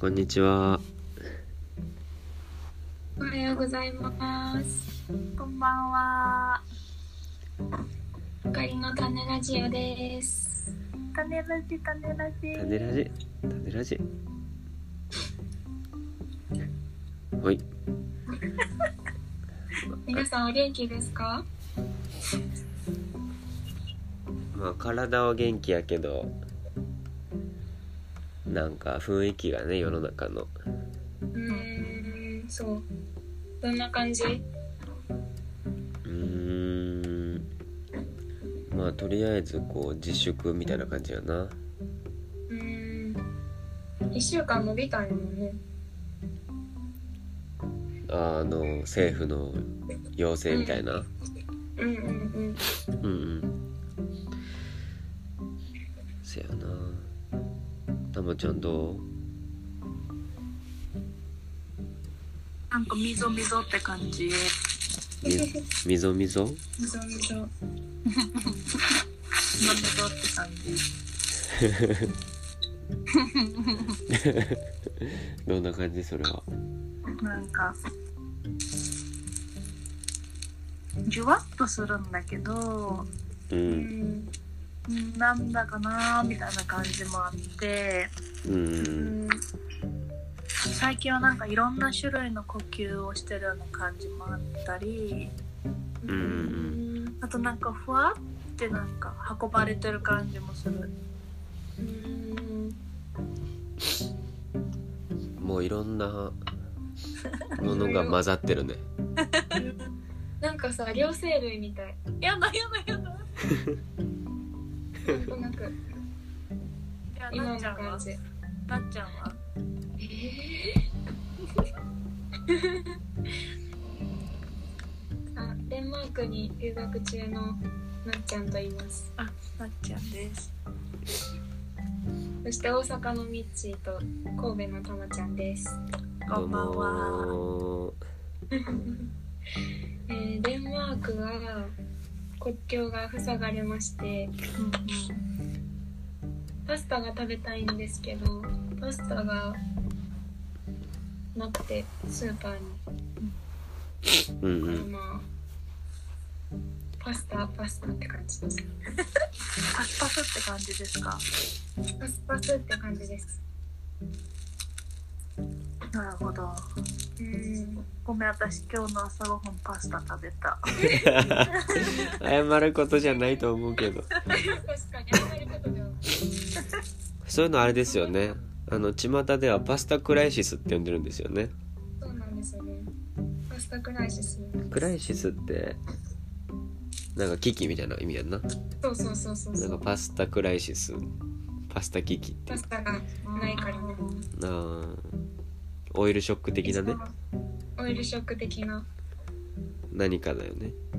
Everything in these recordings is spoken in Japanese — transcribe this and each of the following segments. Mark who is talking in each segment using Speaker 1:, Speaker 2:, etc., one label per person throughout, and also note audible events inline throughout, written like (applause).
Speaker 1: こんにちは。
Speaker 2: おはようございます。こんばんは。おかりの種ラジオです。種ラジ、種ラジ
Speaker 1: タネラジ。タネラジ。ほい。
Speaker 2: 皆さんお元気ですか？
Speaker 1: まあ、体は元気やけど、なんか雰囲気がね、世の中の。
Speaker 2: うーん、そう。どんな感じ？
Speaker 1: うーん。まあ、とりあえず、こう、自粛みたいな感じやな。
Speaker 2: うーん。一週間伸びたんやもんね。
Speaker 1: あの、政府の要請みたいな。
Speaker 2: うんうんうん。
Speaker 1: うんうん。せやな。たまちゃんどう
Speaker 3: なんかみぞみぞって感じ。
Speaker 1: みみぞみぞ
Speaker 2: みぞみぞ。
Speaker 3: みぞみぞって感じ。
Speaker 1: どんな感じそれは
Speaker 3: なんか。じゅわっとするんだけど、
Speaker 1: う
Speaker 2: うんん。
Speaker 3: うんなんだかなーみたいな感じもあって、
Speaker 1: う
Speaker 2: うんん。
Speaker 3: 最近はなんかいろんな種類の呼吸をしてるような感じもあったり、
Speaker 1: うんうん
Speaker 3: あとなんかふわってなんか運ばれてる感じもする。
Speaker 2: うん。
Speaker 1: もういろんなものが混ざってるね
Speaker 2: なんかさ、両生類みたい。
Speaker 3: やだやだやだ。
Speaker 2: なんとなく
Speaker 3: いや
Speaker 2: 今
Speaker 3: な
Speaker 2: の
Speaker 3: っちゃんは
Speaker 2: 感じ。
Speaker 3: なっちゃんは
Speaker 2: あ、デンマークに留学中のなっちゃんと言います。
Speaker 3: なっちゃんです。
Speaker 2: そして大阪のミッチーと神戸のたまちゃんです。
Speaker 3: こんばんは。
Speaker 1: ど
Speaker 2: えーデンマークは国境が塞がれまして、
Speaker 3: うんうん
Speaker 2: パスタが食べたいんですけど、パスタがなくてスーパーに。
Speaker 1: うもうんうん
Speaker 2: まあパスタパスタって感じです。
Speaker 3: パスパスって感じですか。
Speaker 2: パスパスって感じです。
Speaker 3: なるほど。
Speaker 2: うん。
Speaker 3: ごめん、私今日の朝ごはんパスタ食べた。
Speaker 1: 謝ることじゃないと思うけど
Speaker 2: 確かにあんまりことでは。
Speaker 1: そういうのあれですよねあの巷ではパスタクライシスって呼んでるんですよね
Speaker 2: そうなんですよね。パスタクライシス。
Speaker 1: クライシスってなんか危機みたいな意味やんな
Speaker 2: そうそうそうそう
Speaker 1: な
Speaker 2: そ
Speaker 1: んか
Speaker 2: う。
Speaker 1: パスタクライシスパスタ危機ってい
Speaker 2: パ
Speaker 1: う
Speaker 2: スタがないからね。
Speaker 1: あーオイルショック的なね。
Speaker 2: オイルショック的な。
Speaker 1: 何かだよね
Speaker 2: う、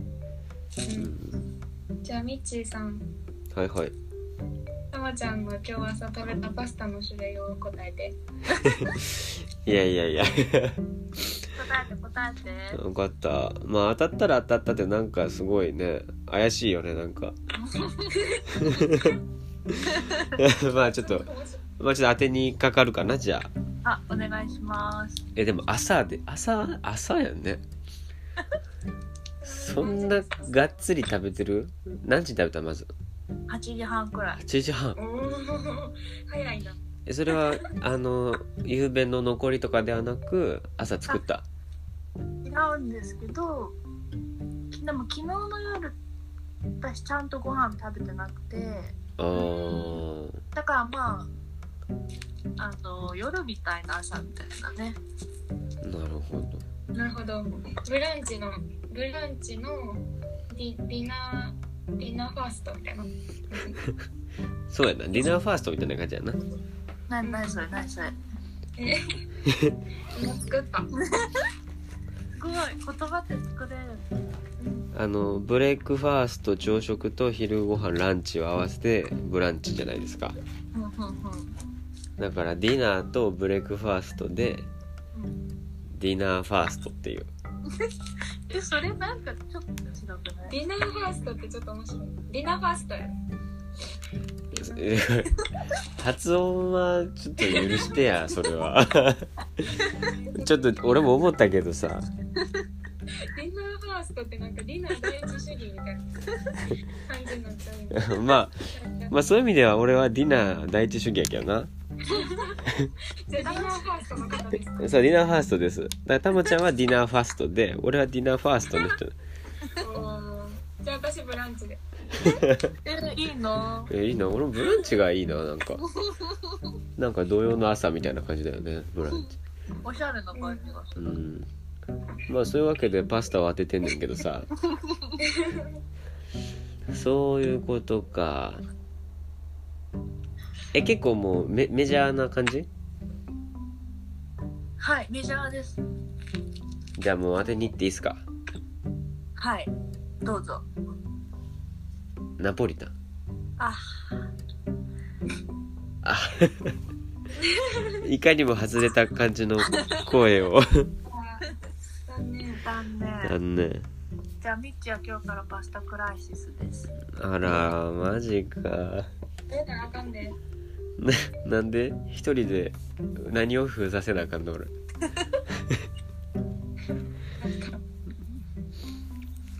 Speaker 1: うんん
Speaker 2: じゃあミッチーさん、
Speaker 1: はいはい
Speaker 2: たまちゃんが今日朝食べたパスタの種類を答えて。
Speaker 1: いやいやいや
Speaker 3: 答えて答えて。
Speaker 1: よかったまあ当たったら当たったってなんかすごいね怪しいよねなんか (laughs) まあちょっとまあちょっと当てにかかるかなじゃあ
Speaker 3: あ、お願いします。
Speaker 1: えでも朝で朝朝やんねそんながっつり食べてる何時に食べたまず
Speaker 3: 8時半くらい。
Speaker 1: 8時半
Speaker 2: (laughs) おお、早いな。
Speaker 1: えそれはあの夕べの残りとかではなく朝作った
Speaker 3: 違うんですけど、でも昨日の夜、私ちゃんとご飯食べてなくて、
Speaker 1: あー
Speaker 3: だからまあ、あの、夜みたいな朝みたいなね。
Speaker 1: なるほど
Speaker 2: なるほど。ブランチのブランチのディディナーディナーファーストみたいな。
Speaker 1: そうやなディナーファーストみたいな感じやな
Speaker 3: なになにそれなにそれ。
Speaker 2: え、今作った。
Speaker 3: すごい、言葉って作れる。
Speaker 1: あのブレックファースト朝食と昼ご飯ランチを合わせてブランチじゃないですか
Speaker 3: うんうん
Speaker 1: だからディナーとブレックファーストで
Speaker 3: うん。
Speaker 1: ディナーファーストっていう (laughs)
Speaker 3: え、それなんかちょっと違くない
Speaker 2: ディナーファーストってちょっと面白い。ディナーファーストや。ディ
Speaker 1: え発音はちょっと許してやそれは (laughs) ちょっと俺も思ったけどさ
Speaker 2: リナファーストってなんかリナ第一主義みたいな感じになっちゃうよ
Speaker 1: (laughs)
Speaker 2: ね
Speaker 1: まあまあそういう意味では俺はディナー第一主義やけどな
Speaker 2: じゃあリナファーストの方ですか
Speaker 1: そうディナーファーストですだからたまちゃんはディナーファーストで俺はディナーファーストの人
Speaker 2: じゃあ私ブランチで
Speaker 3: えいいの
Speaker 1: えいいな俺もブランチがいいななんかなんか土曜の朝みたいな感じだよねブランチ
Speaker 3: おしゃれな感じがす
Speaker 1: う
Speaker 3: る、
Speaker 1: んまあそういうわけでパスタを当ててんねんけどさそういうことかえ結構もうメメジャーな感じ
Speaker 3: はいメジャーです
Speaker 1: じゃあもう当てに行っていいっすか
Speaker 3: はいどうぞ
Speaker 1: ナポリタン
Speaker 3: あ
Speaker 1: あ (laughs) いかにも外れた感じの声を
Speaker 2: あー残念
Speaker 3: 残
Speaker 1: あ
Speaker 3: 念
Speaker 1: んね
Speaker 3: じゃあミッチは今日からパスタクライシスです
Speaker 1: あらマジか
Speaker 2: 出たらあかんで
Speaker 1: ななんで一人で何を封させなあかんの俺 (laughs)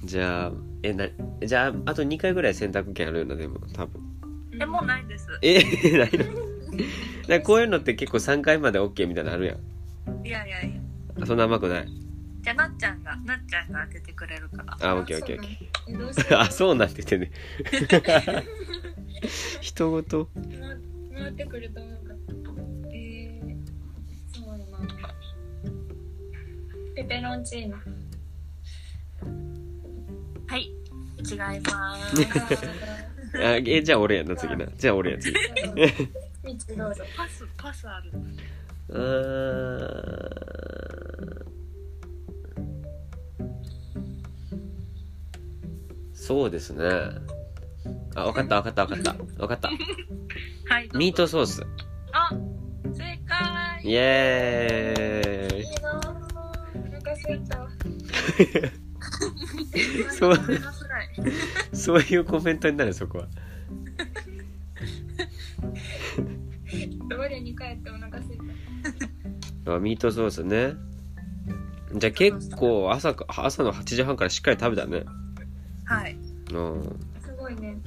Speaker 1: じゃあえなじゃああと2回ぐらい選択権あるよなでも多分
Speaker 3: えもうないです
Speaker 1: え (laughs) ないの (laughs) なんかこういうのって結構3回まで OK みたいなのあるやん
Speaker 3: いやいやいや
Speaker 1: あそんな甘くない
Speaker 3: じゃあなっちゃんがなっちゃんが当ててくれるから
Speaker 1: あ OKOKOK
Speaker 2: えどうしよう
Speaker 1: (laughs) あそうなんて言ってね (laughs) 人ごと
Speaker 2: 回回ってくると思うかったえー、そうだなペペロンチーノ
Speaker 3: はい違いま
Speaker 2: あ
Speaker 3: す
Speaker 2: ー
Speaker 1: あえじゃあ俺やな次なじゃあ俺や次
Speaker 2: みちどうぞ
Speaker 3: パスパスある
Speaker 1: うーんそうですねあ分かった分かった分かった分かった
Speaker 3: はいどうぞ
Speaker 1: ミートソース
Speaker 3: あ正解
Speaker 1: イエー
Speaker 2: いいなーお腹すいた
Speaker 1: そう
Speaker 3: ごめんなさい
Speaker 1: イそういうコメントになるそこは
Speaker 2: 我に帰ってお腹すいた
Speaker 1: あミートソースねじゃあ結構朝か朝の8時半からしっかり食べたね
Speaker 3: はい
Speaker 1: うん
Speaker 2: すごいね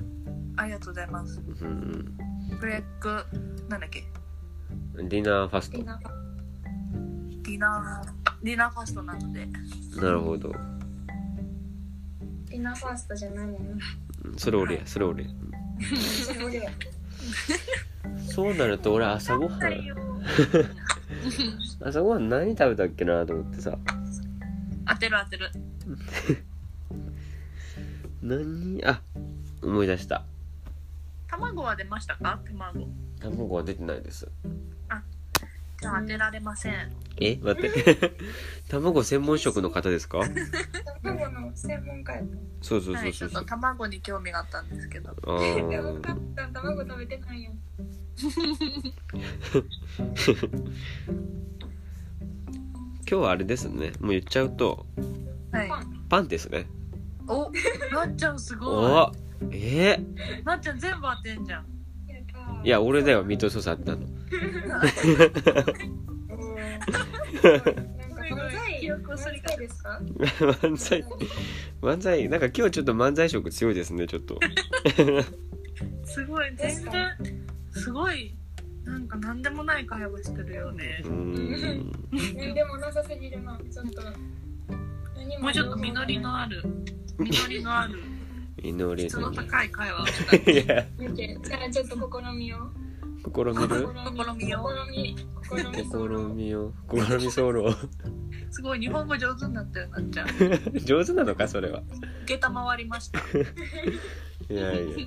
Speaker 3: ありがとうございます
Speaker 1: うん
Speaker 3: ブレックなんだっけ
Speaker 1: ディナーファス
Speaker 2: いいな
Speaker 3: ディナーディナーファーストなので
Speaker 1: トなるほど
Speaker 2: ディナーファーストじゃないもんな。
Speaker 1: うんそれ俺やそれ俺や
Speaker 2: 俺は
Speaker 1: そうなると俺朝ごはん朝ごはん何食べたっけなと思ってさ
Speaker 3: 当てる当てる
Speaker 1: 何あ思い出した
Speaker 3: 卵は出ましたか卵
Speaker 1: 卵は出てないです
Speaker 3: じゃあ当てられません
Speaker 1: え待って卵専門職の方ですか
Speaker 2: 卵の専門家やった。
Speaker 1: そうそう
Speaker 3: は
Speaker 1: そう
Speaker 3: い
Speaker 1: そ
Speaker 3: ちょ
Speaker 1: う
Speaker 3: っと卵に興味があったんですけど
Speaker 1: あ
Speaker 2: いや、分か
Speaker 1: ー
Speaker 2: った。卵食べてないよ。
Speaker 1: 今日はあれですねもう言っちゃうと
Speaker 3: はい
Speaker 2: パン。
Speaker 1: パンですね
Speaker 3: おなっちゃんすご
Speaker 1: おえー、
Speaker 3: いなっちゃん全部当てんじゃん
Speaker 2: やった
Speaker 1: いや俺だよミートソースあったの (laughs)
Speaker 2: おーなんか漫才、
Speaker 3: 記憶をすり替え
Speaker 2: 漫才で
Speaker 1: (laughs)
Speaker 2: すか
Speaker 1: 漫才漫才なんか今日ちょっと漫才色強いですねちょっと
Speaker 3: すごい全然すごいなんか何でもない会話してるよね
Speaker 1: うーん
Speaker 2: 何でもなさすぎるな。ちょっと。何
Speaker 3: もうちょっと実りのある実
Speaker 1: (laughs)
Speaker 3: りのある
Speaker 1: 実り
Speaker 3: 質の
Speaker 1: の
Speaker 3: 高い会話をしたい
Speaker 1: いや
Speaker 2: 見て。じゃあちょっと試みよう。
Speaker 1: 試みる
Speaker 3: 試みよ
Speaker 2: 試み。試み。
Speaker 1: 試みよ試みソロ
Speaker 3: すごい日本語上手になったよなっちゃん
Speaker 1: (laughs) 上手なのかそれは
Speaker 3: 下駄回りました
Speaker 1: いやいや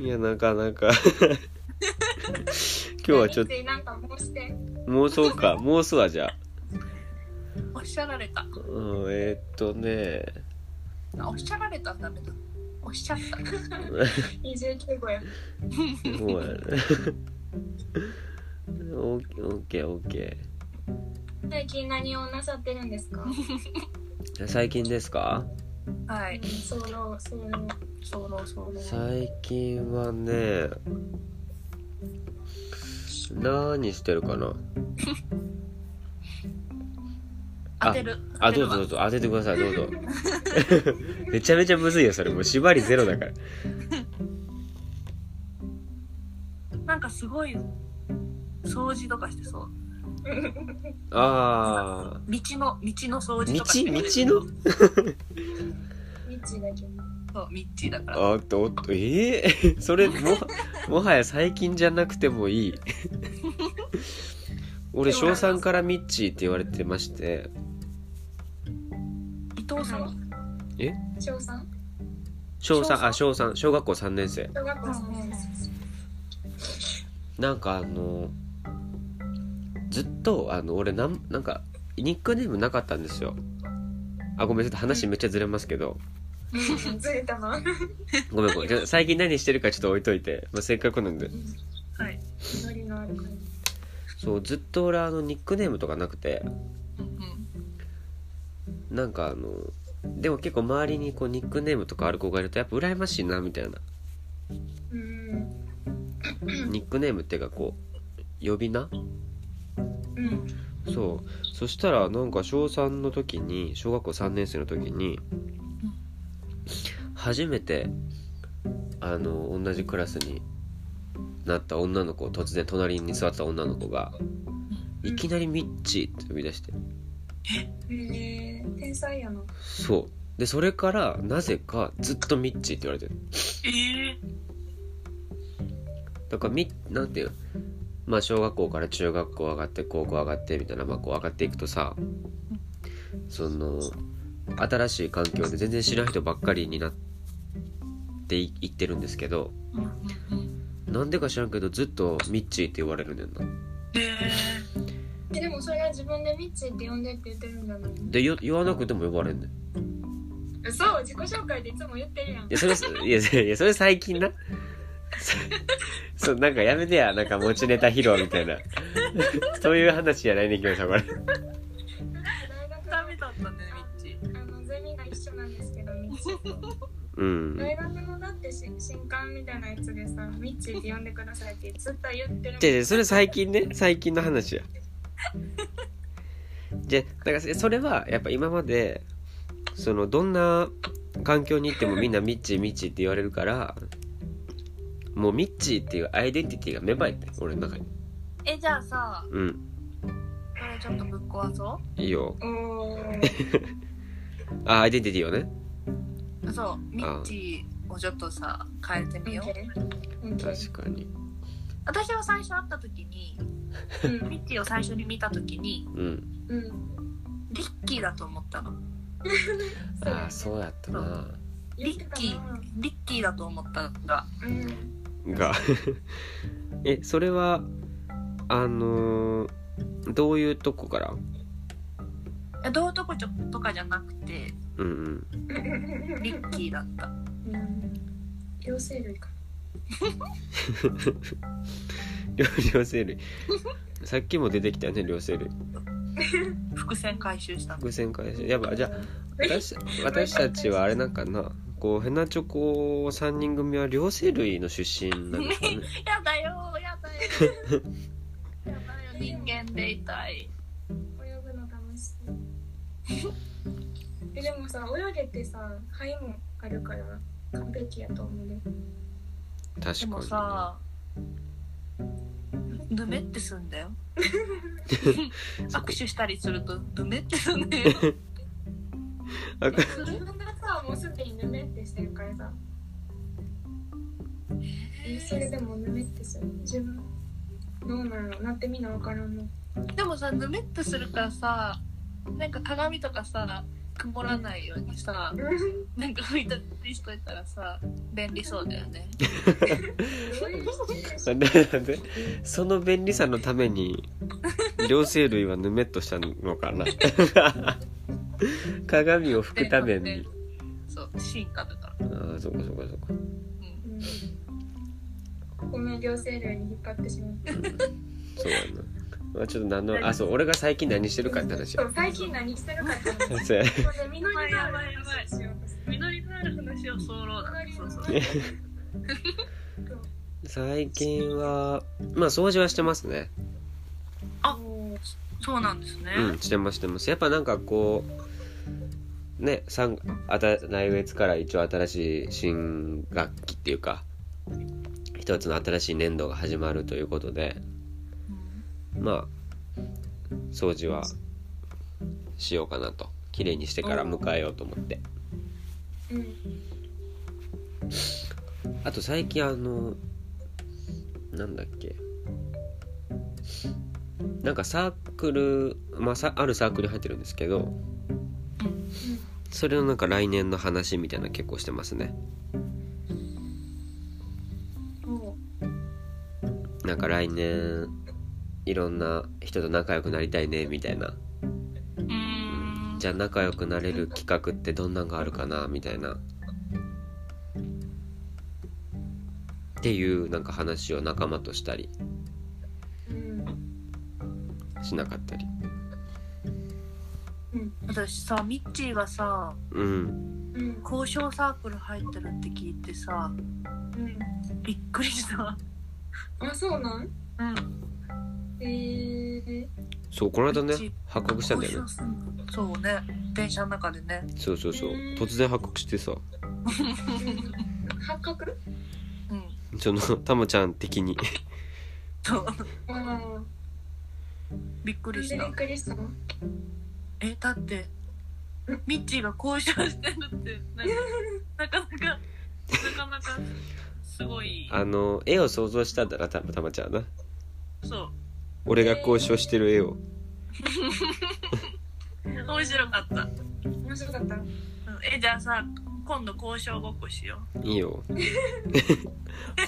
Speaker 1: いやなかなか今日はちょっと
Speaker 2: と。なんかもうして。
Speaker 1: 妄想か妄想はじゃあ
Speaker 3: おっしゃられた
Speaker 1: うんえーっとね
Speaker 3: あおっしゃられたんだめだおっしゃった
Speaker 2: 29号や。
Speaker 1: もうやる (laughs) オッケーオッケーオッケ
Speaker 2: 最近何をなさってるんですか
Speaker 1: ー最近ですか
Speaker 3: はい
Speaker 2: そのその
Speaker 3: そうろそろ
Speaker 1: 最近はね何してるかな
Speaker 3: 当てる
Speaker 1: あ
Speaker 3: 当て
Speaker 1: ど
Speaker 3: る
Speaker 1: うぞ
Speaker 3: わ
Speaker 1: どうぞ当ててくださいどうぞ (laughs) めちゃめちゃむずいよそれもう縛りゼロだから
Speaker 3: なんかすごい掃除とかしてそう
Speaker 1: ああ
Speaker 3: 道の道の掃
Speaker 1: 道
Speaker 3: 除
Speaker 1: 道
Speaker 3: とかして
Speaker 1: の
Speaker 2: 未知だけど
Speaker 3: そう道だから
Speaker 1: あおっとおっとええ (laughs) それももはや最近じゃなくてもいい (laughs) 俺小3からミッチーって言われてまして
Speaker 3: 伊藤さん
Speaker 2: 小三
Speaker 1: 小
Speaker 3: 小
Speaker 1: 3
Speaker 3: 三
Speaker 1: あ小3小学校3年生
Speaker 2: 小学校三年
Speaker 1: なんかあのずっとあの俺なんなんかニックネームなかったんですよあごめんちょっと話めっちゃずれますけど、
Speaker 2: 生ずれたな
Speaker 1: ごめんごめんちょっと最近何してるかちょっと置いといて、まあ、せっかくなんで
Speaker 3: はい
Speaker 2: ノリのある感じ
Speaker 1: そうずっと俺あのニックネームとかなくて
Speaker 3: うん
Speaker 1: なんかあのでも結構周りにこうニックネームとかある子がいるとやっぱ羨ましいなみたいな
Speaker 2: うん
Speaker 1: ニックネームっていうかこう呼び名
Speaker 2: うん
Speaker 1: そうそしたらなんか小3の時に小学校3年生の時に初めてあの同じクラスになった女の子突然隣に座った女の子がいきなり「ミッチー」って呼び出して
Speaker 2: へえ天才やな
Speaker 1: そうでそれからなぜかずっと「ミッチー」って言われてる
Speaker 3: ええ
Speaker 1: だからみなんていうのまあ小学校から中学校上がって高校上がってみたいなまあこう上がっていくとさその新しい環境で全然知らん人ばっかりになっていいってるんですけど
Speaker 3: うんうん
Speaker 1: なんでか知らんけどずっとミッチーって言われるねんな
Speaker 3: え
Speaker 2: えでもそれは自分でミッチーって呼んでって言ってるんじゃないの
Speaker 1: でよ言わなくても呼ばれんねんい
Speaker 2: 嘘自己紹介でいつも言ってるやん
Speaker 1: やそれいやいやそれ最近な (laughs) そそうなんかやめてやなんか持ちネタ披露みたいな (laughs) そういう話じゃないねんきましょうこれ
Speaker 2: 大学
Speaker 3: ダメだったねみっち
Speaker 2: あのゼミが一緒なんですけどミッチー
Speaker 1: うん
Speaker 2: 大学のだってし新刊みたいなやつでさミッチーって呼んでくださいってずっと言ってるもん
Speaker 1: じゃそれ最近ね最近の話や (laughs) じゃだからそれはやっぱ今までそのどんな環境に行ってもみんなミッチーミッチーって言われるからもうミッチーっていうアイデンティティが芽生えて俺の中に
Speaker 3: えじゃあさ
Speaker 1: うん
Speaker 3: これちょっとぶっ壊そ
Speaker 1: いいよ
Speaker 2: おー
Speaker 1: あアイデンティティをね
Speaker 3: うそうみっちをちょっとさ変えてみよう
Speaker 2: OK
Speaker 1: 確かに
Speaker 3: 私は最初会った時に
Speaker 2: うん
Speaker 3: ミッチを最初に見た時に
Speaker 1: うん
Speaker 2: うん
Speaker 3: リッキーだと思ったの
Speaker 1: ああそうやったな
Speaker 3: リッキーリッキーだと思ったが
Speaker 2: うん
Speaker 1: が (laughs) えそれはあのーどういうとこから
Speaker 3: えどうとこちょとかじゃなくて
Speaker 1: うんうん
Speaker 3: リッキーだった
Speaker 2: うん両生類か
Speaker 1: 両両生類さっきも出てきたよね両生類
Speaker 3: 伏線回収したの
Speaker 1: 偶然回収やっぱじゃあ私私たちはあれなんかなこうヘナチョコ3人組は両生類の出身なんですかね
Speaker 3: やだよやだよやだよ人間でいたい
Speaker 2: 泳ぐの楽し
Speaker 1: (laughs)
Speaker 2: いえでもさ泳げてさ肺もあるから完璧やと思うね
Speaker 1: 確
Speaker 3: でも
Speaker 1: か
Speaker 3: さぬめってすん
Speaker 1: (laughs)
Speaker 3: だよ握手したりするとぬめってすんだよ
Speaker 1: にあか
Speaker 2: 自分がさもうすでにぬめってしてるからさえそれでもぬめってする自分どうなんやろなってみんなわからんの
Speaker 3: でもさぬめってするからさなんか鏡とかさ曇らないようにさ
Speaker 2: ど
Speaker 3: なんか拭いたりしといたらさ便利そうだよね
Speaker 2: ういう人でしょ
Speaker 1: なんでなんでその便利さのために両生類はぬめっとしたのかな (laughs) 鏡を拭くために
Speaker 3: そう進化だから
Speaker 1: ああそうかそうかそうか
Speaker 3: うん
Speaker 2: うんごめん両生類に引っ張ってしまった
Speaker 1: そうやな、まあ、ちょっと何のあそう俺が最近何してるかって話
Speaker 2: そ
Speaker 1: や
Speaker 2: う最近何してるかって話
Speaker 1: そうや
Speaker 2: そうでみんなに
Speaker 3: やばいやばい
Speaker 2: 話をしようとして
Speaker 4: 実りのある話を候だねそうそう
Speaker 1: 最近はまあ掃除はしてますね
Speaker 4: あそうなんですね、
Speaker 1: うんしてますしてますやっぱなんかこうね三あた来月から一応新しい新学期っていうか一つの新しい年度が始まるということでまあ掃除はしようかなと綺麗にしてから迎えようと思って
Speaker 2: うん
Speaker 1: あと最近あのなんだっけなんかサークル、まあ、さあるサークルに入ってるんですけどそれのなんか来年の話みたいなの結構してますね
Speaker 2: おう
Speaker 1: なんか来年いろんな人と仲良くなりたいねみたいな
Speaker 4: うーん
Speaker 1: じゃあ仲良くなれる企画ってどんなんがあるかなみたいなっていうなんか話を仲間としたり
Speaker 2: うん
Speaker 1: しなかったり
Speaker 3: 私さミッチーがさ
Speaker 1: うん
Speaker 2: うん
Speaker 3: 交渉サークル入ってるって聞いてさ
Speaker 2: うん
Speaker 3: びっくりした
Speaker 2: あそうなん
Speaker 3: うん
Speaker 2: えー、
Speaker 1: そうこの間ね発覚したんだよね
Speaker 3: するのそうね電車の中でね
Speaker 1: そうそうそう
Speaker 2: うん
Speaker 1: 突然発覚してさ
Speaker 2: 発覚
Speaker 3: うん
Speaker 1: そのたまちゃん的 (laughs) に
Speaker 4: (laughs)
Speaker 3: そう
Speaker 2: ああ
Speaker 3: びっく
Speaker 2: び
Speaker 3: りし
Speaker 2: ったくりしたの
Speaker 3: えだってミッチーが交渉してるって
Speaker 1: (laughs)
Speaker 4: なかなかなかなかすごい
Speaker 1: あの絵を想像したんだなたたまちゃんはな
Speaker 4: そう
Speaker 1: 俺が交渉してる絵を
Speaker 4: 面白かった、うん、
Speaker 2: 面白かった
Speaker 4: えじゃあさ今度交渉ごっこしよ
Speaker 1: いい (laughs) よ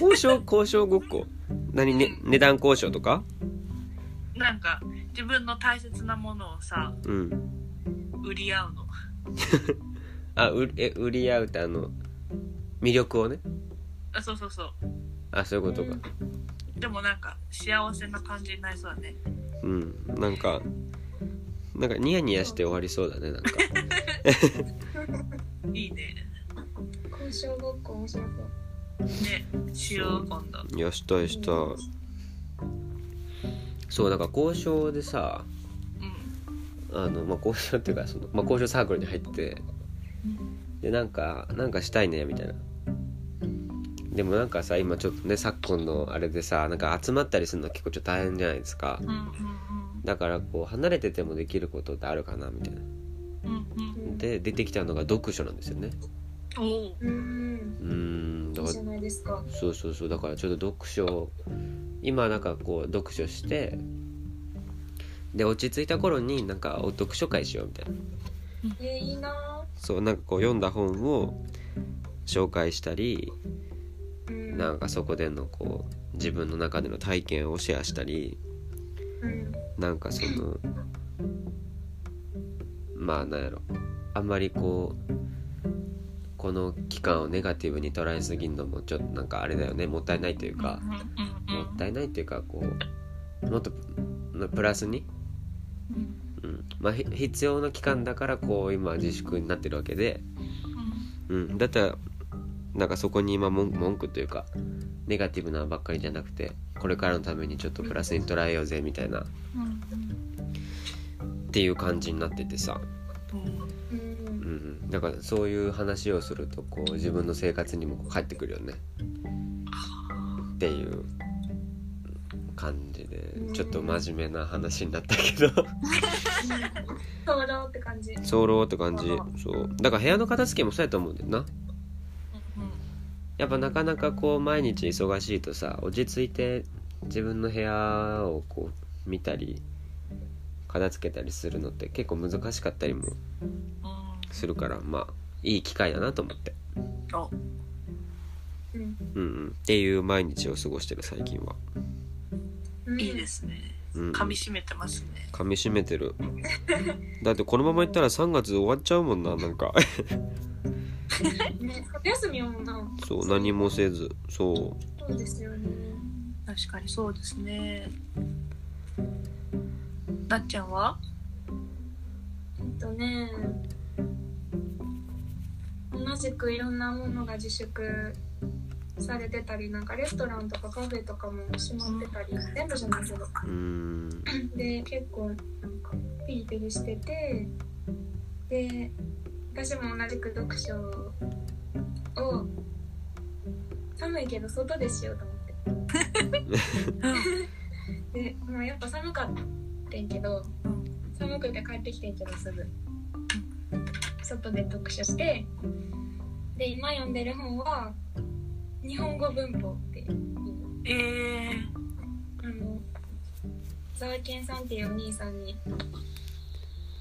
Speaker 1: 交渉交渉ごっこ何、ね、値段交渉とか
Speaker 4: うなんか自分の大切なものをさ
Speaker 1: うん
Speaker 4: 売り合うの
Speaker 1: あうえ売り合うってあの魅力をね
Speaker 4: あそうそうそう
Speaker 1: あそういうことか
Speaker 4: でもなんか幸せな感じになりそうだね
Speaker 1: うんなんかなんかニヤニヤして終わりそうだね (laughs) なんか
Speaker 4: いいね
Speaker 2: 交渉ごっこ面白そう
Speaker 4: ねしよう今度
Speaker 1: いやしたいしたいそうだから交渉でさ
Speaker 4: うん
Speaker 1: あの、まあ、交渉っていうかその、まあ、交渉サークルに入ってでなんかなんかしたいねみたいなでもなんかさ今ちょっとね昨今のあれでさなんか集まったりするの結構ちょっと大変じゃないですか
Speaker 4: うんうん
Speaker 1: だからこう離れててもできることってあるかなみたいな
Speaker 4: うんうんうん
Speaker 2: うん
Speaker 1: で出てきたのが読書なんですよね
Speaker 4: おお
Speaker 2: うん
Speaker 1: うーん
Speaker 2: い
Speaker 1: だ
Speaker 2: い
Speaker 1: か
Speaker 2: じゃ
Speaker 1: ら
Speaker 2: ないですか
Speaker 1: そうそうそうだからちょっと読書今なんかこう読書してで落ち着いた頃になんかお読書会しようみたいな
Speaker 2: えー、いいな
Speaker 1: そうなんかこう読んだ本を紹介したり
Speaker 2: ーうん
Speaker 1: なんかそこでのこう自分の中での体験をシェアしたり
Speaker 2: うん
Speaker 1: なんかそのまあなんやろあんまりこうこの期間をネガティブに捉えすぎるのもちょっとなんかあれだよねもったいないというか
Speaker 4: うんうん
Speaker 1: もったいないというかこうもっとまあプラスに、
Speaker 4: うん
Speaker 1: うんまあ、ひ必要な期間だからこう今自粛になってるわけで、うん、だったらなんかそこに今文文句というかネガティブなばっかりじゃなくてこれからのためにちょっとプラスに捉えようぜみたいなっていう感じになっててさ、
Speaker 2: う
Speaker 1: うんん、だからそういう話をするとこう自分の生活にもこう返ってくるよねっていう感じでちょっと真面目な話になったけど。
Speaker 2: そうだって感じ
Speaker 1: 早漏って感じ
Speaker 2: なるほ
Speaker 1: そうだから部屋の片付けもそうやと思うんだよなやっぱなかなかこう毎日忙しいとさ落ち着いて自分の部屋をこう見たり片付けたりするのって結構難しかったりもするからまあいい機会だなと思って
Speaker 2: うん
Speaker 1: うんうんっていう毎日を過ごしてる最近は、
Speaker 2: うん
Speaker 4: いいですね
Speaker 1: うんうん、
Speaker 4: 噛み締めてますね
Speaker 1: 噛み締め
Speaker 4: (laughs)
Speaker 1: てるだってこのままいったら3月終わっちゃうもんななんか
Speaker 4: (laughs)
Speaker 2: ね夏休みやもんな
Speaker 1: そう何もせずそう
Speaker 2: そうですよね
Speaker 4: 確かにそうですね
Speaker 3: なっちゃんは
Speaker 2: えっとね同同じくいろんなものが自粛されてたりなんかレストランとかカフェとかも閉まってたり全部じゃないけど
Speaker 1: うーん
Speaker 2: で結構なんかピリピリしててで私も同じく読書を寒いけど外でしようと思ってで、まあ、やっぱ寒かったんけど寒くて帰ってきてんけどすぐ外で読書してで今読んでる本は「日本語文法」っていう
Speaker 4: ええ
Speaker 2: あの沢健さんっていうお兄さんに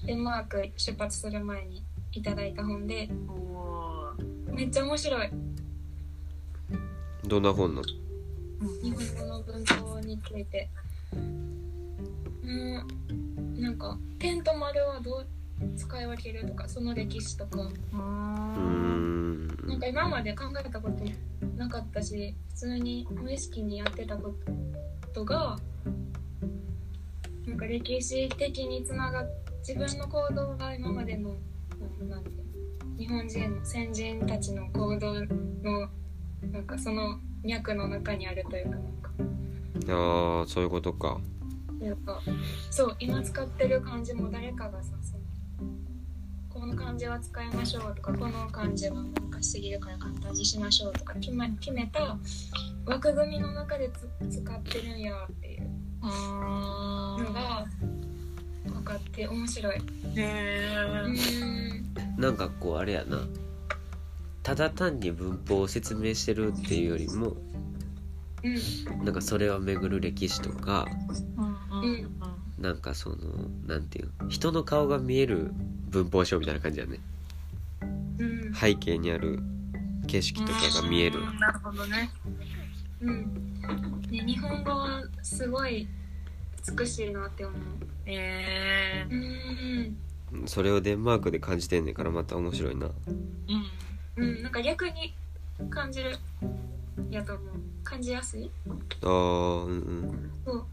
Speaker 2: デンマーク出発する前にいただいた本で
Speaker 4: ー。おー
Speaker 2: めっちゃ面白い
Speaker 1: どんな本なの
Speaker 2: 日本語の文法についてもうなんか点と丸はどう使い分けるとかその歴史とか
Speaker 3: う
Speaker 1: うー
Speaker 3: ん
Speaker 2: なん
Speaker 1: ん
Speaker 2: か今まで考えたことなかったし普通に無意識にやってたことがなんか歴史的につながっ自分の行動が今までのなんていうの日本人の先人たちの行動のなんかその脈の中にあるというかなんか
Speaker 1: ああそういうことか
Speaker 2: なんかそう今使ってる漢字も誰かがさそのこの漢字は使いましょうとかこの漢字は難しすぎるから簡単にしましょうとか決,、ま、決めた枠組みの中でつ使ってるんやっていうのが分かって面白い。
Speaker 4: え
Speaker 2: う
Speaker 4: ー。
Speaker 2: ーん
Speaker 1: なんかこうあれやなただ単に文法を説明してるっていうよりも
Speaker 2: うん
Speaker 1: なんかそれを巡る歴史とか
Speaker 3: うん
Speaker 2: うん
Speaker 1: なんかそのなんていうの人の顔が見える文法書みたいな感じやね
Speaker 2: うん
Speaker 1: 背景にある景色とかが見える
Speaker 3: なるほどね。
Speaker 2: うんね日本語はすごい美しいなって思う。
Speaker 4: え
Speaker 2: うーん
Speaker 1: それをデンマークで感じてんねんからまた面白いな
Speaker 4: ー。うん。
Speaker 2: うん、なんか逆に感じるやと思う感じやすい
Speaker 1: あーうんうん
Speaker 2: そう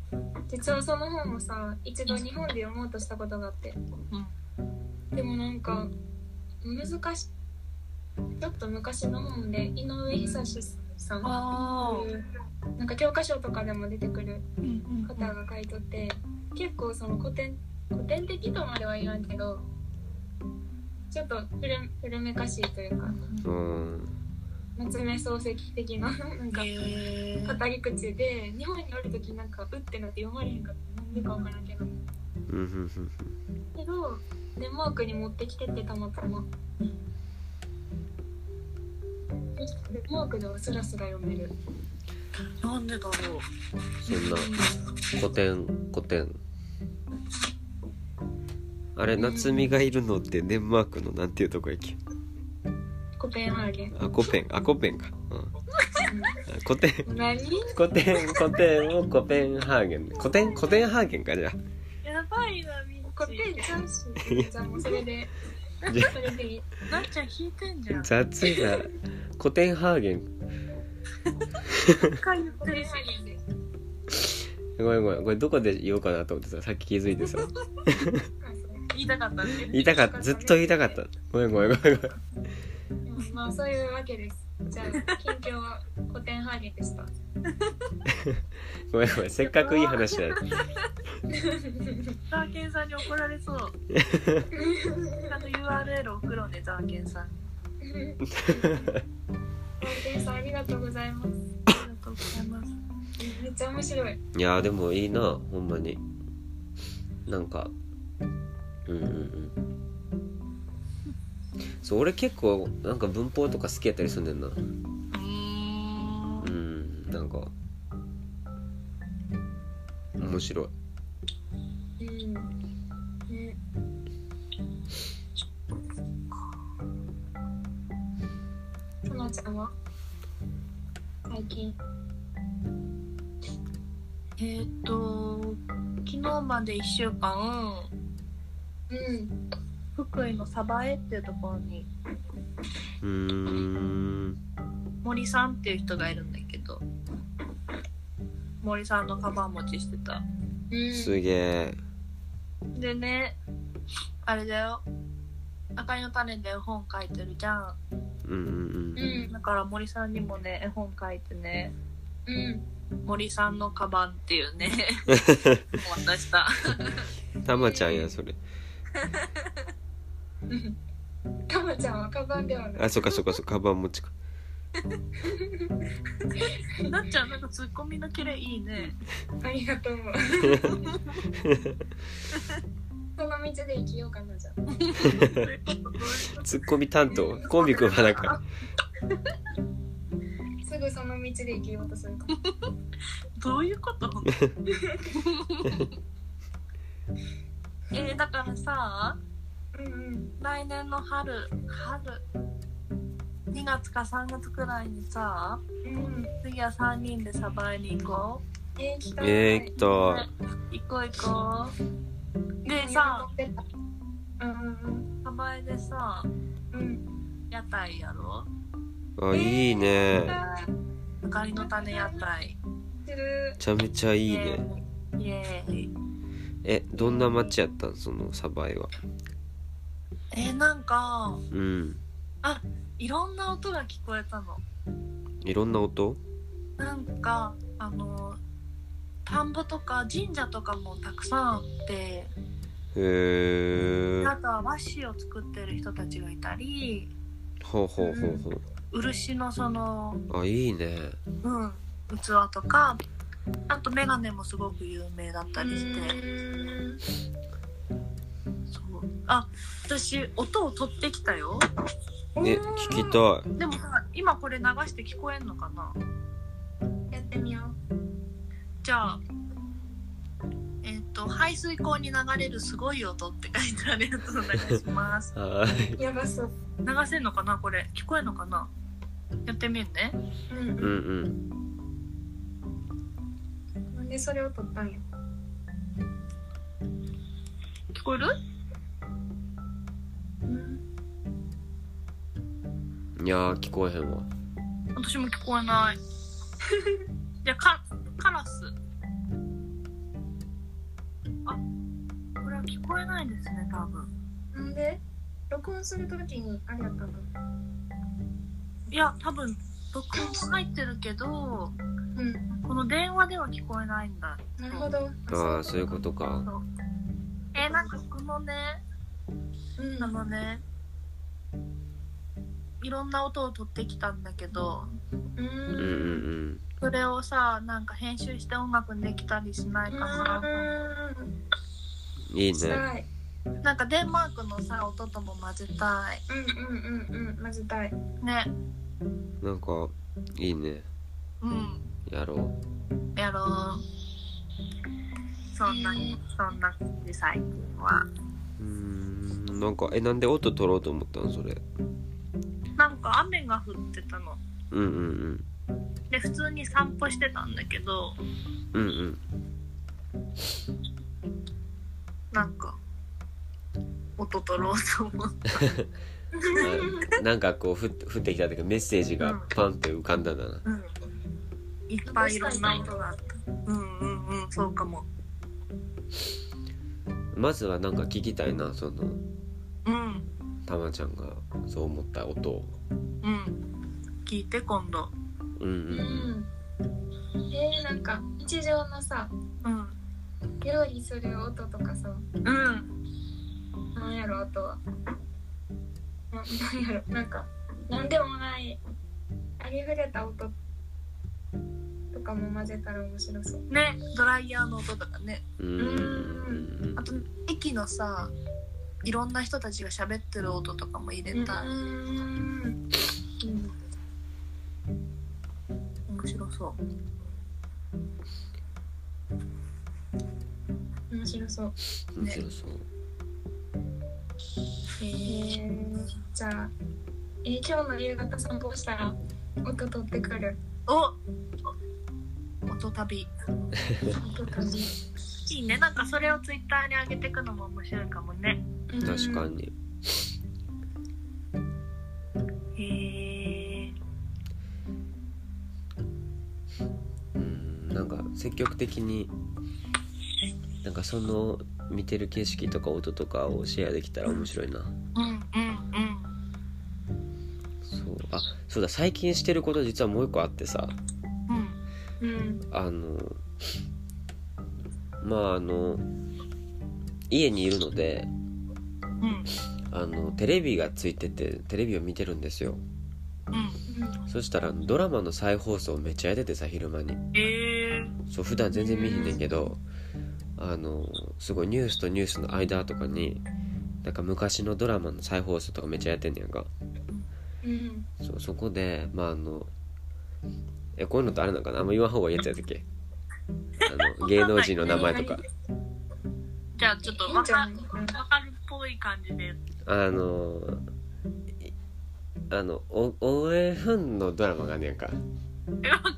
Speaker 2: 実はその本もさ一度日本で読もうとしたことがあって、でもなんか難しちょっと昔の本で井上久志さん
Speaker 4: あ
Speaker 2: っていうなんか教科書とかでも出てくる
Speaker 3: うんうん
Speaker 2: 方が書いとって結構その古典古典的とまでは言わんけどちょっと古古めかしいというか
Speaker 1: うん
Speaker 2: 夏目漱石的ななんか
Speaker 4: あ。えー。
Speaker 2: 語り口で日本におる時なんか「う」ってなって読まれへんかったなんでかわからんけど
Speaker 1: うんうんうん
Speaker 2: けどデンマークに持ってきてってたまたまデンマークではスラスラ読める
Speaker 4: なんでだろう。
Speaker 1: そんな古典古典あれ夏美がいるのってデンマークのなんていうとこやっけ
Speaker 2: コペンハーゲン
Speaker 1: アコペンアコペンか、うん、古典
Speaker 2: 何
Speaker 1: 古典古典をコペンハーゲン古典コペンハーゲンかじゃ
Speaker 4: やばいな、みっ
Speaker 2: コペンちゃうしじゃあもうそれで
Speaker 1: じゃ
Speaker 2: それでいい
Speaker 3: なっちゃん引いてんじゃ
Speaker 1: あ
Speaker 3: ん。
Speaker 1: 雑いなコペンハーゲン
Speaker 3: 一回言っ
Speaker 2: コ
Speaker 3: て
Speaker 2: ペン
Speaker 3: るし
Speaker 2: ハ。ーゲンで
Speaker 1: ごめんごめんこれどこで言おうかなと思ってささっき気づいてさ
Speaker 2: あそう
Speaker 4: 言いたかったね。
Speaker 1: 言いたかったずっと言いたかったごめんごめんごめんごめん
Speaker 2: うんまあそういうわけですじゃあ近況はコペンハーゲンでした
Speaker 1: ごめんごめんせっかくいい話だよ
Speaker 3: ザーケンさんに怒られそう。あの URL 送ろうね、ザーケンさんに。
Speaker 2: コペンさんありがとうございます
Speaker 3: ありがとうございます。
Speaker 2: めっちゃ面白い。
Speaker 1: いやーでもいいなほんまになんかうんうんうんそう俺結構なんか文法とか好きやったりすんねんなうんなんか面白い
Speaker 2: うん。ね。そなちゃんは最近。
Speaker 3: えーっ、と、昨日まで1週間、
Speaker 2: うん。
Speaker 3: 福井の鯖江っていうところに、
Speaker 1: うーん
Speaker 3: 森さんっていう人がいるんだけど、森さんのカバン持ちしてた。
Speaker 2: うん。
Speaker 1: すげえ
Speaker 3: でね、あれだよ。赤いの種で絵本書いてるじゃん
Speaker 1: うんうん
Speaker 2: う
Speaker 1: うん
Speaker 2: ん
Speaker 3: だから森さんにもね絵本書いてね
Speaker 2: うん
Speaker 3: 森さんのカバンっていうね
Speaker 4: お渡した。
Speaker 1: たまちゃんやそれ
Speaker 2: うんたまちゃんはカバンではない
Speaker 1: あそっかそっかそっかカバン持ちか
Speaker 3: なっちゃんなんかツッコミのキレいいね
Speaker 2: ありがとうその道で生きようかなじゃあ
Speaker 1: ツッコミ担当コンビ組まなか
Speaker 2: すぐその道で生きようとするから
Speaker 3: どういうことえー、だからさ
Speaker 2: うんうん
Speaker 3: 来年の春春2月か3月くらいにさ
Speaker 2: うん
Speaker 3: 次は3人でサバイに行こ
Speaker 2: えー、来た
Speaker 1: (laughs) えー、きっと
Speaker 3: う行こう行こうでさ
Speaker 2: うんうん
Speaker 3: サバイでさ
Speaker 2: うんうん
Speaker 3: 屋台やろ
Speaker 1: あいいねめ
Speaker 3: うあかりの種屋台
Speaker 2: 知る
Speaker 1: ちゃめちゃいいね
Speaker 3: イエーイ
Speaker 1: えどんな街やったんそのサバイは
Speaker 3: えー、なんか
Speaker 1: うん
Speaker 3: いろんな音が聞こえたの
Speaker 1: いろんな音
Speaker 3: なんかあの田んぼとか神社とかもたくさんあって
Speaker 1: へえ
Speaker 3: あとは和紙を作ってる人たちがいたり
Speaker 1: ほうほうほう
Speaker 3: 漆のその、
Speaker 1: ほうあいいね
Speaker 3: うん、器とかあと眼鏡もすごく有名だったりしてそうあ私音を取ってきたよ
Speaker 1: え聞きたい
Speaker 3: でもさ今これ流して聞こえんのかな
Speaker 2: やってみよ
Speaker 3: じゃあえっ、と排水溝に流れるすごい音って書いてあるやつを流します (laughs)
Speaker 1: はいう
Speaker 2: やばそう
Speaker 3: 流せんのかなこれ聞こえんのかなやってみるね
Speaker 2: うん
Speaker 1: うん
Speaker 2: う
Speaker 1: うん
Speaker 2: んなんでそれを取ったんや
Speaker 3: 聞こえる
Speaker 2: うん
Speaker 1: いやー聞こえへんわ
Speaker 3: 私も聞こえない (laughs) じゃあかカラスあこれは聞こえないですね多分
Speaker 2: なんで録音するときにあれやったんだ
Speaker 3: いや多分録音も入ってるけど
Speaker 2: うん
Speaker 3: この電話では聞こえないんだ
Speaker 2: なるほど
Speaker 1: ああそういうことか
Speaker 3: えー、なんかこのね
Speaker 2: うん
Speaker 3: あのねいろんな音を取ってきたんだけど
Speaker 2: う
Speaker 1: うんうん
Speaker 2: ん
Speaker 1: うん
Speaker 3: それをさなんか編集して音楽にできたりしないかな、
Speaker 1: いい
Speaker 2: し
Speaker 1: ね
Speaker 2: たい
Speaker 3: なんかデンマークのさ音とも混ぜたい
Speaker 2: うんうんうんうん混ぜたい
Speaker 3: ね
Speaker 1: なんかいいね
Speaker 3: うん
Speaker 1: やろう
Speaker 3: やろうそんな、そんな感じ最近は
Speaker 1: うーんなんかえなんで音取ろうと思ったのそれ
Speaker 3: なんか雨が降ってたの
Speaker 1: うんうん
Speaker 3: で普通に散歩してたんだけど
Speaker 1: うんうんうん
Speaker 3: なんか音取ろうと思って
Speaker 1: ななんかこう降って降ってきた時メッセージがパンって浮かんだんだな、
Speaker 3: うんいっぱいいろんな音があったうんうんうんそうかも
Speaker 1: まずはなんか聞きたいなその
Speaker 3: うん
Speaker 1: たまちゃんがそう思った音を
Speaker 3: うん聞いて今度
Speaker 1: うんう
Speaker 2: うんんえー、なんか日常のさ
Speaker 3: うん
Speaker 2: 料理する音とかさ
Speaker 3: うん
Speaker 2: なんやろあとはななんやろなんかなんでもないありふれた音とかも混ぜたら面白そう
Speaker 3: ねドライヤーの音とかね
Speaker 1: うんうんうん
Speaker 3: あと駅のさいろんな人たちが喋ってる音とかも入れたい、
Speaker 2: ん
Speaker 3: 面白そう
Speaker 2: 面白そ
Speaker 1: う
Speaker 2: う
Speaker 1: ん面白そう
Speaker 3: へ
Speaker 2: え
Speaker 3: え
Speaker 2: ー、じゃあ、えー、今日の夕方散歩したら音取ってくる
Speaker 3: お音旅
Speaker 2: 音取り
Speaker 3: いいねなんかそれをツイッターに上げていくのも面白いかもね
Speaker 1: 確かに
Speaker 3: へえ
Speaker 1: うんなんか積極的になんかその見てる景色とか音とかをシェアできたら面白いな
Speaker 3: うんうん
Speaker 1: あそうだ最近してること実はもう一個あってさ
Speaker 3: うん
Speaker 2: うん
Speaker 1: あのまああの家にいるので
Speaker 3: うん
Speaker 1: あのテレビがついててテレビを見てるんですよ
Speaker 3: うん
Speaker 1: そしたらドラマの再放送めっちゃやっててさ昼間に
Speaker 4: えー、
Speaker 1: そう普段全然見ひんねんけどあのすごいニュースとニュースの間とかになんか昔のドラマの再放送とかめっちゃやってんねやんか
Speaker 2: うん
Speaker 1: そうそこでまああのえこういうのってあれなんかなあんま言わん方がいいやつやったっけ
Speaker 2: (laughs)
Speaker 1: あの芸能人の名前とか
Speaker 4: じゃあちょっと
Speaker 2: いいん
Speaker 4: わ
Speaker 2: じゃ
Speaker 4: か
Speaker 2: ない
Speaker 4: わかるっぽい感じで
Speaker 1: あのいあのおおえふんのドラマがあんねやんか
Speaker 4: えわかん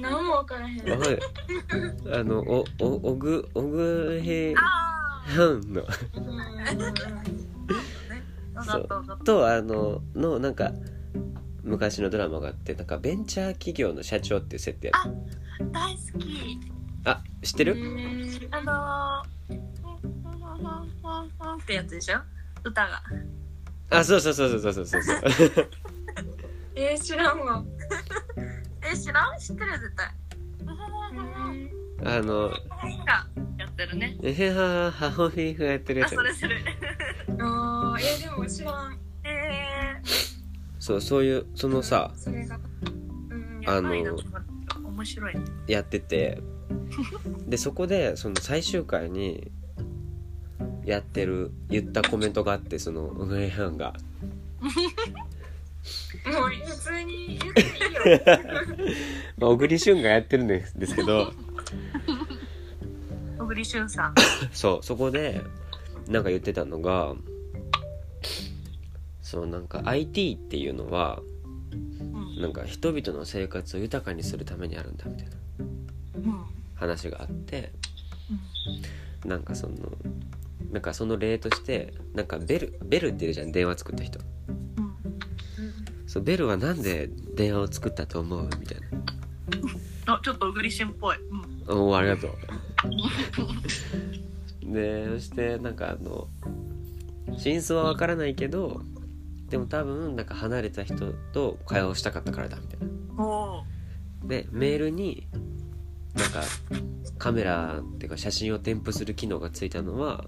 Speaker 2: 何も分からへん
Speaker 1: わか
Speaker 2: (laughs)
Speaker 1: るあのおおおぐおぐへ
Speaker 4: あ
Speaker 1: ふんの
Speaker 4: わかったわかっ
Speaker 1: とあののなんか昔のドラマがあってなんかベンチャー企業の社長っていう設定やっ
Speaker 3: 大好き
Speaker 1: たあ知ってる
Speaker 2: うん
Speaker 4: たあのーってやつでしょ歌が
Speaker 1: あそうそうそうそうそうそうそう
Speaker 2: えー、知らんわ
Speaker 4: え知らん知ってる絶対
Speaker 2: うん
Speaker 1: あの
Speaker 4: がやってるね
Speaker 1: えへはハホフィフやってるや
Speaker 4: あ
Speaker 1: つ
Speaker 4: そ
Speaker 1: やね
Speaker 4: れそれ
Speaker 2: あーえー、でも知らん
Speaker 4: (laughs) え
Speaker 1: そうそういうそのさ
Speaker 2: それがうん
Speaker 4: ー、
Speaker 1: あ
Speaker 4: や
Speaker 1: の
Speaker 4: ばいな面白い
Speaker 1: やっててでそこでその最終回にやってる言ったコメントがあってその運営班が
Speaker 2: もう普通に言っていいよ
Speaker 1: まあ小栗旬がやってるんですですけど
Speaker 4: 小栗旬さん
Speaker 1: そうそこでなんか言ってたのがそうなんか IT っていうのは
Speaker 3: うん
Speaker 1: なんか人々の生活を豊かにするためにあるんだみたいな
Speaker 3: うん
Speaker 1: 話があってなんかそのなんかその例としてなんかベルベルっているじゃん電話作った人
Speaker 3: うん
Speaker 1: そうベルはなんで電話を作ったと思うみたい
Speaker 4: あちょっと小栗旬っぽい、うん、
Speaker 1: なおおありがとうでそしてなんかあの真相はわからないけどでも多分なんか離れた人と会話をしたかったからだみたいな
Speaker 4: おお
Speaker 1: でメールになんかカメラっていうか写真を添付する機能がついたのは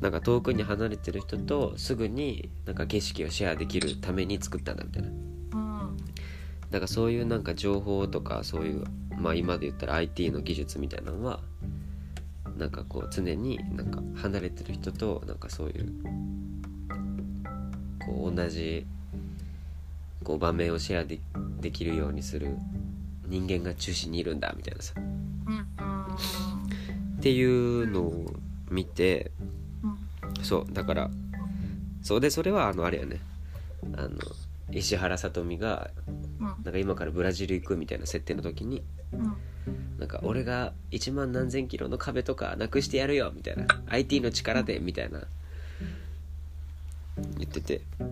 Speaker 1: なんか遠くに離れてる人とすぐになんか景色をシェアできるために作ったんだみたいな
Speaker 3: うん
Speaker 1: なんかそういうなんか情報とかそういうまあ今で言ったら IT の技術みたいなのはなんかこう常になんか離れてる人となんかそういうこう同じこう場面をシェアでできるようにする人間が中心にいるんだみたいなさっ
Speaker 3: うん
Speaker 1: ていうのを見てそうだからそうでそれはあのあれやねあの石原さとみが
Speaker 3: うん
Speaker 1: なんか今からブラジル行くみたいな設定の時に
Speaker 3: うん
Speaker 1: なんか俺が1万何千キロの壁とかなくしてやるよみたいな IT の力でみたいな言ってて
Speaker 2: うん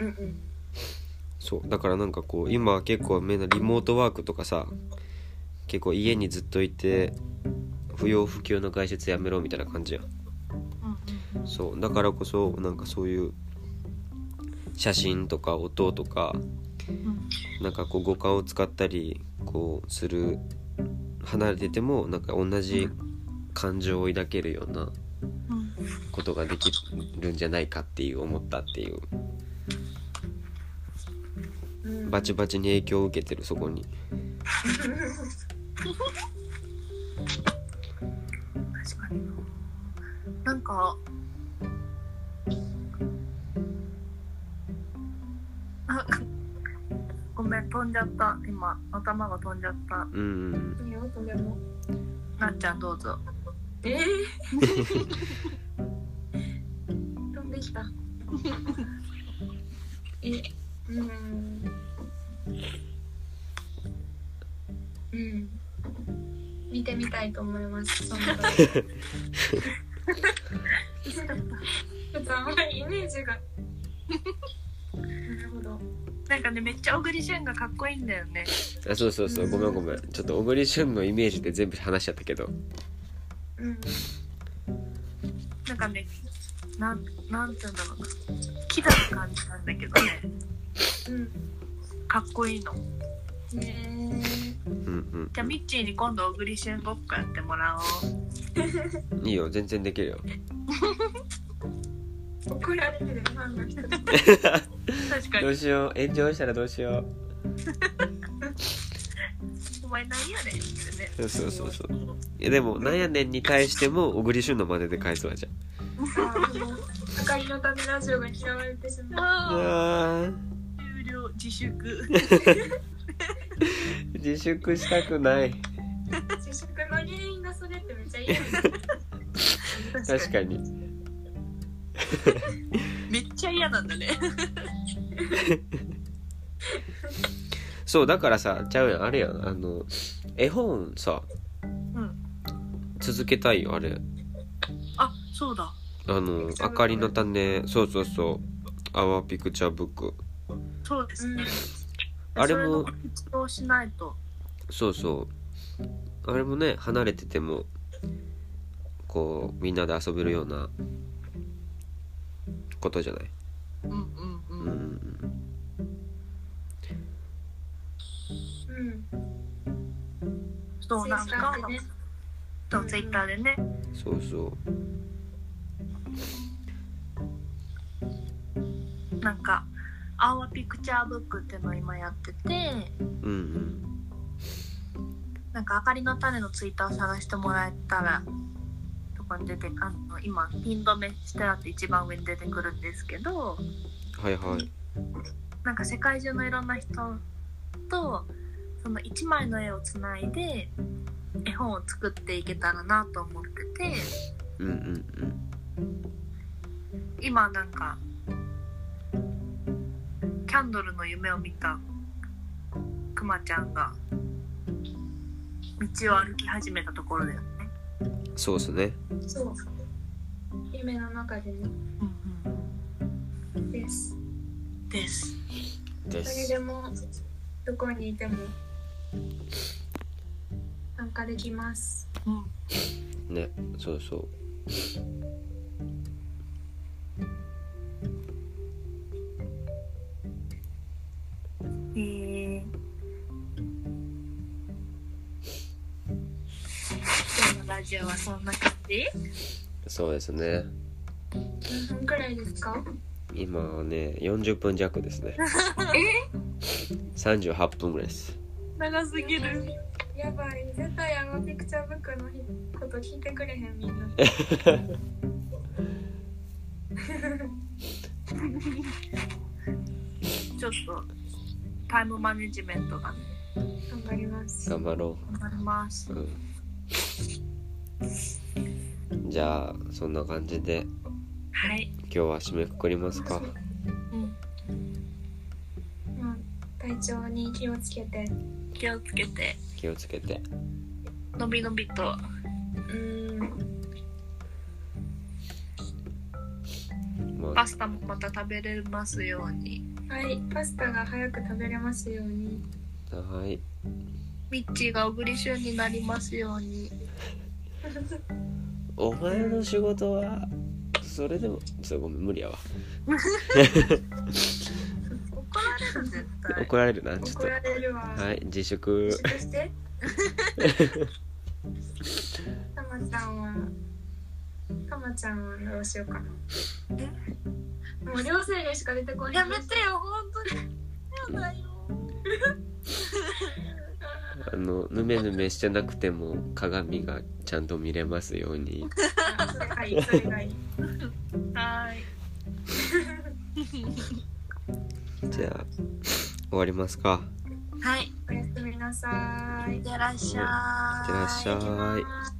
Speaker 2: うん
Speaker 1: (coughs) そうだからなんかこう今結構みんなリモートワークとかさ結構家にずっといて不要不急の外出やめろみたいな感じやん
Speaker 3: うん
Speaker 1: そうだからこそなんかそういう写真とか音とか
Speaker 3: うん
Speaker 1: なんかこう五感を使ったりこうする離れててもなんか同じ感情を抱けるような
Speaker 3: うん
Speaker 1: ことができるんじゃないかっていう思ったっていう
Speaker 2: うん
Speaker 1: バチバチに影響を受けてるそこに
Speaker 3: 確かにななんかあごめん飛んじゃった今頭が飛んじゃった
Speaker 1: うん
Speaker 2: いいよとんでも
Speaker 3: なっちゃんどうぞ
Speaker 2: ええ飛んできた。え、うん。うん。見てみたいと思います。その場
Speaker 1: (laughs)
Speaker 2: 合 (laughs) ちょっとあんまりイメージが。なるほど。
Speaker 4: なんかねめっちゃ小栗旬がかっこいいんだよね
Speaker 1: あそうそうそうごめんごめんちょっと小栗旬のイメージで全部話しちゃったけど
Speaker 2: うん。
Speaker 4: なんかねなんなんて言うんだろう
Speaker 3: キザな感じなんだけどね
Speaker 2: うん
Speaker 3: かっこいいの
Speaker 2: ね
Speaker 1: うん
Speaker 3: じゃあミッチーに今度小栗旬ごっこやってもら
Speaker 1: うんいいよ全然できるよ
Speaker 2: え怒られてるファンの人たち
Speaker 3: おう確か
Speaker 1: ど
Speaker 3: に
Speaker 1: うしよう炎上したらどうしよ
Speaker 3: お前何やねんってね
Speaker 1: うそうそうそういやでもなんやねんに対しても小栗旬の真似で返すわじゃん
Speaker 2: 明かりのためラジオが嫌われてしまう
Speaker 3: あ
Speaker 1: あー
Speaker 3: あ終了自粛
Speaker 1: 自粛したくない
Speaker 2: 自粛の原因がそれってめっちゃいいよね
Speaker 1: 確かに
Speaker 3: めっちゃ嫌なんだね
Speaker 1: そうだからさちゃうやんあれやんあの絵本さ、
Speaker 3: ん
Speaker 1: 続けたいよあれ
Speaker 3: あそうだ
Speaker 1: あの「
Speaker 2: チャーブック
Speaker 1: あかりの種」そうそうそう「アワーピクチャーブック
Speaker 3: そうですね、
Speaker 1: あれも
Speaker 3: その活動しないと」
Speaker 1: そうそうあれもね離れててもこうみんなで遊べるようなことじゃない
Speaker 3: うんうんう、
Speaker 1: うんんうんうん
Speaker 2: うん
Speaker 3: そうなんか
Speaker 2: ね
Speaker 3: そうツイッターでね
Speaker 1: そうそう
Speaker 3: なんか「アワピクチャーブック」っていうのを今やってて
Speaker 1: うんうん
Speaker 3: なんか「あかりの種」のツイッターを探してもらえたらとかに出てあの今ピン止めしてあって一番上に出てくるんですけど
Speaker 1: はいはい
Speaker 3: なんか世界中のいろんな人とその1枚の絵をつないで絵本を作っていけたらなと思ってて。
Speaker 1: うんうん
Speaker 3: 今なんかキャンドルの夢を見たくまちゃんが道を歩き始めたところだよね、
Speaker 1: うんそうっすね
Speaker 2: そう夢の中でねです
Speaker 3: です
Speaker 1: で
Speaker 2: 誰でもどこにいても参加できます
Speaker 3: うん
Speaker 1: ねそうそう
Speaker 3: えー、今日のラジオはそんな感じ
Speaker 1: そうですね
Speaker 2: 何分くらいですか
Speaker 1: 今はね40分弱です
Speaker 2: (laughs)
Speaker 1: ね38分ぐらいです
Speaker 3: 長すぎる
Speaker 2: やばい絶対あのピクチャーブックのこと聞いてくれへんみんな
Speaker 3: ちょっとタイムマネジメントがね
Speaker 2: 頑張ります
Speaker 1: 頑張ろ
Speaker 3: 頑張ります
Speaker 1: う、うん、じゃあそんな感じで
Speaker 3: はい、
Speaker 1: 今日は締めくくりますか
Speaker 3: うん、
Speaker 2: まあ、体調に気をつけて
Speaker 3: 気をつけて
Speaker 1: 気をつけて
Speaker 3: のびのびと
Speaker 2: うん
Speaker 1: まあ
Speaker 3: パスタもまた食べれますように
Speaker 2: はいパスタが早く食べれますように
Speaker 1: はい
Speaker 3: ミッチーが小栗旬になりますように
Speaker 1: お前の仕事はそれでもちょっとごめん無理やわ
Speaker 3: 怒られる絶対
Speaker 1: 怒られるなちょっ
Speaker 2: (laughs) 怒られるわ
Speaker 1: とはい自粛
Speaker 2: 自粛してたまちゃんはたまちゃんはどうしようかなもう両生類しか出てこない
Speaker 3: やめてよ本当にやだよ
Speaker 1: あのヌメヌメしてなくても鏡がちゃんと見れますように
Speaker 2: それがいいそれがいい
Speaker 3: はい
Speaker 1: じゃあ終わりますか
Speaker 3: はい
Speaker 2: おやすみなさーい
Speaker 3: いってらっしゃ
Speaker 1: いってらっしゃい
Speaker 2: いってらっしゃい